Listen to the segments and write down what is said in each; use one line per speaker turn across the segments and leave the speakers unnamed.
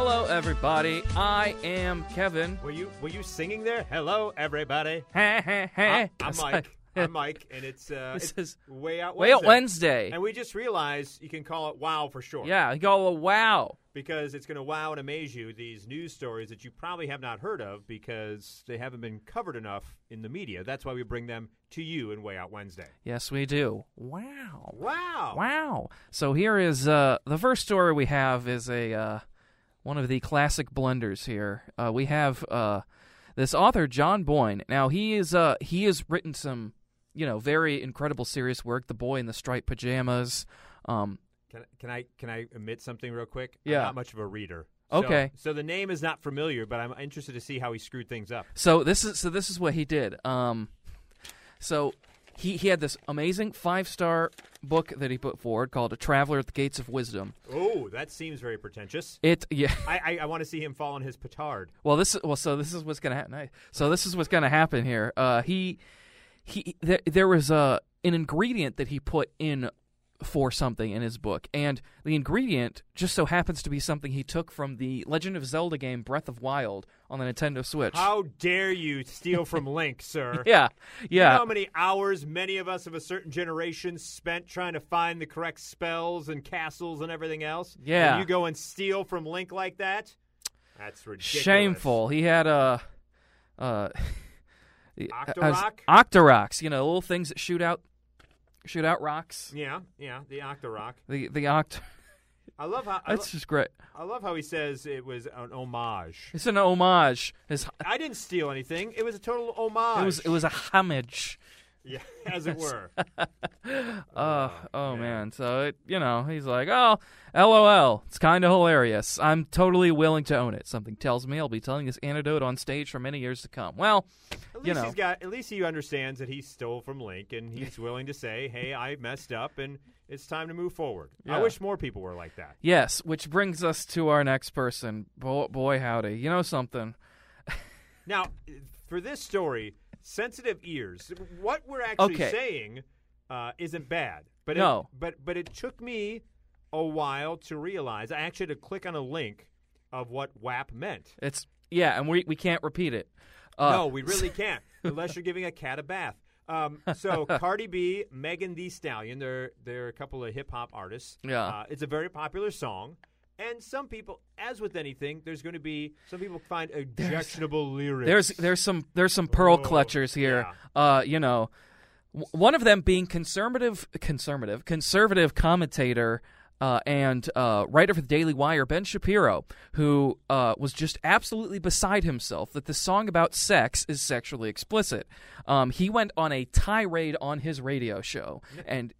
everybody. I am Kevin.
Were you were you singing there? Hello, everybody.
I'm
I, am Mike. I'm Mike, and it's uh,
Eh, This
it's
is
way out
Wait,
Wednesday.
Wednesday.
And we just realized you can call it wow for short.
Yeah, you go, wow.
Because it's going to wow and amaze you these news stories that you probably have not heard of because they haven't been covered enough in the media. That's why we bring them to you in Way Out Wednesday.
Yes, we do. Wow.
Wow.
Wow. So here is uh, the first story we have is a uh, one of the classic blunders here. Uh, we have uh, this author John Boyne. Now he is uh, he has written some you know very incredible serious work. The Boy in the Striped Pajamas. Um,
Can, can I can I admit something real quick?
Yeah.
I'm not much of a reader. So-
Okay.
So, the name is not familiar, but I'm interested to see how he screwed things up.
So this is so this is what he did. Um, so he he had this amazing five star book that he put forward called A Traveler at the Gates of Wisdom.
Oh, that seems very pretentious.
It yeah.
I, I, I want to see him fall on his petard.
Well, this is well. So this is what's gonna happen. So this is what's gonna happen here. Uh, he he. There, there was a an ingredient that he put in for something in his book, and the ingredient just so happens to be something he took from the Legend of Zelda game Breath of Wild on the Nintendo Switch.
How dare you steal from Link, sir?
Yeah,
You
yeah.
know how many hours many of us of a certain generation spent trying to find the correct spells and castles and everything else?
Yeah.
And you go and steal from Link like that? That's ridiculous.
Shameful. He had a. Uh,
Octorok?
Octoroks, you know, little things that shoot out, shoot out rocks.
Yeah, yeah, the Octorok.
The the oct.
I love how I, lo-
That's just great.
I love how he says it was an homage.
It's an homage. It's,
I didn't steal anything. It was a total homage.
it was it was a homage.
yeah, as it were.
Uh, oh
man.
man. So it, you know, he's like, oh, lol. It's kind of hilarious. I'm totally willing to own it. Something tells me I'll be telling this anecdote on stage for many years to come. Well,
At
you
least
know.
he's got. At least he understands that he stole from Link, and he's willing to say, "Hey, I messed up, and it's time to move forward." I
Yeah.
wish more people were like that.
yes. Which brings us to our next person. Boy, boy howdy. You know something.
Now, for this story, sensitive ears. What we're actually
Okay.
saying uh, isn't bad, but
No.
it, but but it took me a while to realize. I actually had to click on a link of what WAP meant.
It's yeah, and we we can't repeat it. Uh,
no, we really can't unless you're giving a cat a bath. Um, so Cardi B, Megan Thee Stallion, they're they're a couple of hip hop artists.
Yeah.
uh, it's a very popular song, and some people, as with anything, there's going to be some people find objectionable lyrics.
There's there's some there's some pearl
Oh,
clutchers here. Uh, you know, w- one of them being conservative conservative conservative commentator uh, and uh, writer for the Daily Wire, Ben Shapiro, who uh, was just absolutely beside himself that the song about sex is sexually explicit. Um, he went on a tirade on his radio show, and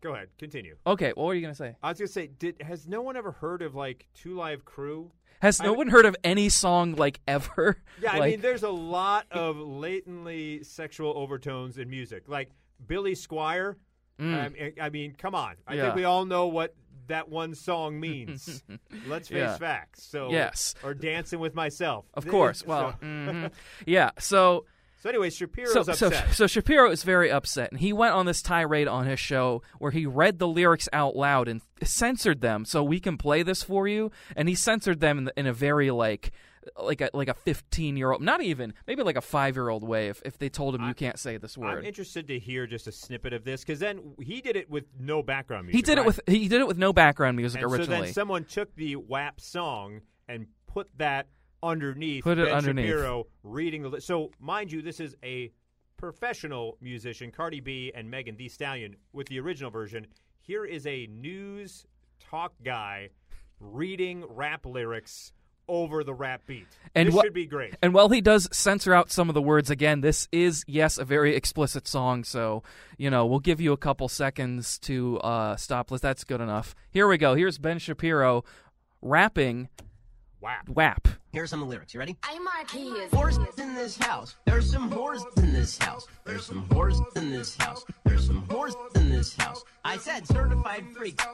Go ahead, continue.
okay, what were you gonna say?
I was going to say, did has no one ever heard of like Two Live Crew?
Has no
I-
one heard of any song like ever?
Yeah, I
Like-
mean, there's a lot of latently sexual overtones in music, like Billy Squire. Um, I- I mean, come on. I
Mm. Yeah.
think we all know what that one song means. Let's face
Yeah.
facts. So
Yes.
or dancing with myself.
Of
Th-
course.
so-
Well, mhm. yeah. So,
so anyway, Shapiro's
so, so,
upset.
so Shapiro is very upset, and he went on this tirade on his show where he read the lyrics out loud and censored them. So we can play this for you, and he censored them in, the, in a very like, like a like a fifteen year old, not even maybe like a five year old way. If if they told him you can't say this
I'm
word,
interested to hear just a snippet of this because then he did it with no background music.
he did it
right?
with he did it with no background music
And so
originally.
then someone took the WAP song and put that underneath
Put it
Ben
underneath.
Shapiro reading the. Li- so mind you, this is a professional musician, Cardi B and Megan Thee Stallion, with the original version. Here is a news talk guy reading rap lyrics over the rap beat.
And
this
what-
should be great.
And while he does censor out some of the words again, this is, yes, a very explicit song. So, you know, we'll give you a couple seconds to uh, stop. Let's- That's good enough. Here we go. Here's Ben Shapiro rapping
WAP.
WAP.
Here are some of the lyrics. You ready?
I'm Marquis.
Whores in this house. There's some whores in this house. There's some whores in this house. There's some whores in this house. I said certified freaks.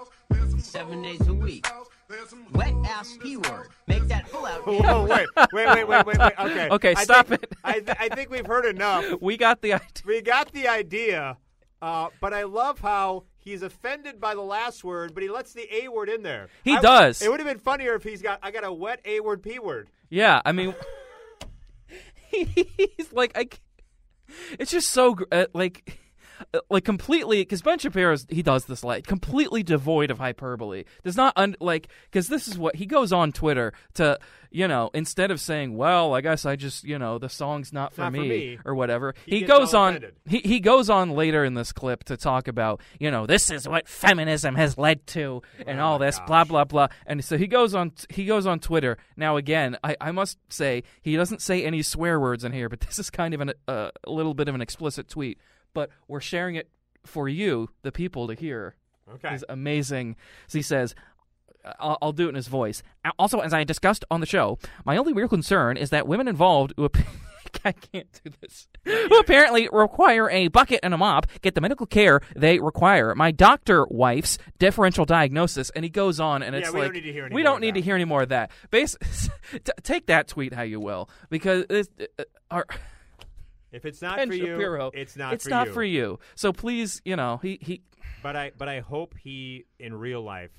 Seven days a week. Wet ass p word. Make that full out.
Whoa, wait, wait, wait, wait, wait, wait. Okay.
Okay,
I
stop
think-
it.
I, th- I think we've heard enough.
We got the idea.
we got the idea, uh, but I love how He's offended by the last word, but he lets the A word in there.
He
I-
does.
It would have been funnier if he's got I got a wet A word P word.
Yeah, I mean, he's like, I. c- It's just so gr- uh, like, uh, like completely because Ben Shapiro he does this like completely devoid of hyperbole. Does not un, like because this is what he goes on Twitter to you know instead of saying well I guess I just you know the song's not for,
Not for
me,
me.
or whatever
He
he,
gets
goes
all
on
offended.
he he goes on later in this clip to talk about you know this is what feminism has led to
Oh
and all this blah blah blah and so he goes on he goes on Twitter now again I, I must say he doesn't say any swear words in here but this is kind of an, uh, a little bit of an explicit tweet but we're sharing it for you the people to hear
Okay.
is amazing. So he says, I'll, I'll do it in his voice. Also, as I discussed on the show, my only real concern is that women involved who ap- I can't do this. Who apparently require a bucket and a mop get the medical care they require. My doctor wife's differential diagnosis, and he goes on, and
Yeah,
it's
we don't
like
need to hear any
we
more
don't
of
need to
that.
hear any more of that. Bas- t- take that tweet how you will, because it's, uh, our,
if it's not
Ben
for you,
Shapiro,
it's not
it's
for
not
you.
for you. So please, you know, he he
But I but I hope he in real life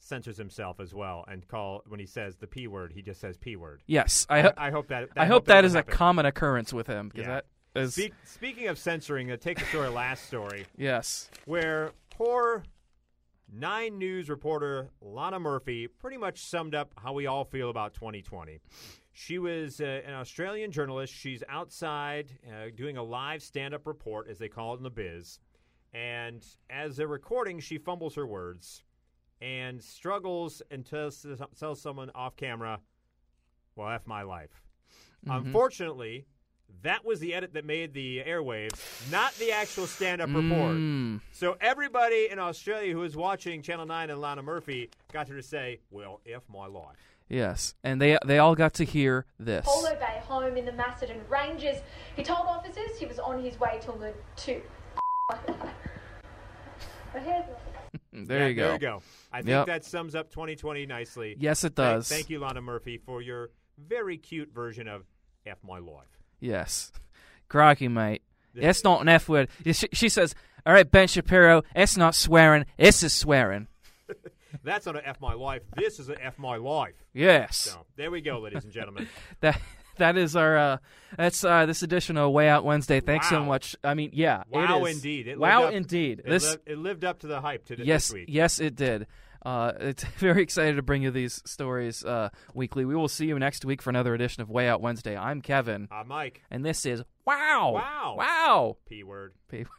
censors himself as well and call when he says the P word, he just says P word.
yes, I,
I,
ho-
I hope that,
I hope that
doesn't
is a
happen.
common occurrence with him because
Yeah.
that is
Speak, speaking of censoring, uh, take us to our last story,
yes,
where poor Nine News reporter Lana Murphy pretty much summed up how we all feel about 2020. She was uh, an Australian journalist. She's outside uh, doing a live stand up report, as they call it in the biz. And as they're recording, she fumbles her words and struggles and tells, tells someone off camera, Well, F my life. Unfortunately, that was the edit that made the airwaves, not the actual stand up
Mm.
report. So everybody in Australia who was watching Channel 9 and Lana Murphy got her to say, Well, F my life.
yes, and they they all got to hear this.
Polo Bay home in the Macedon Ranges. He told officers he was on his way to England too. but here's
Mm, There
Yeah,
you go.
There you go. I think
Yep.
that sums up 2020 nicely.
Yes, it
Thank-
does.
Thank, you, Lana Murphy, for your very cute version of F my life.
Yes, crikey, mate. It's not an F word. She, she says, "All right, Ben Shapiro, it's not swearing. This is swearing."
That's not an F my life. This is an F my life.
Yes,
So there we go, ladies and gentlemen.
that that is our uh, that's uh, this edition of Way Out Wednesday. Thanks so
Wow.
much. I mean, yeah, it
Wow,
is-
indeed. It lived
wow,
up-
indeed.
It,
This
li- it lived up to the hype today.
yes,
This week.
yes, it did. Uh, it's very excited to bring you these stories uh, weekly. We will see you next week for another edition of Way Out Wednesday. I'm Kevin,
Uh, Mike,
and this is Wow,
Wow.
Wow.
P word.
People.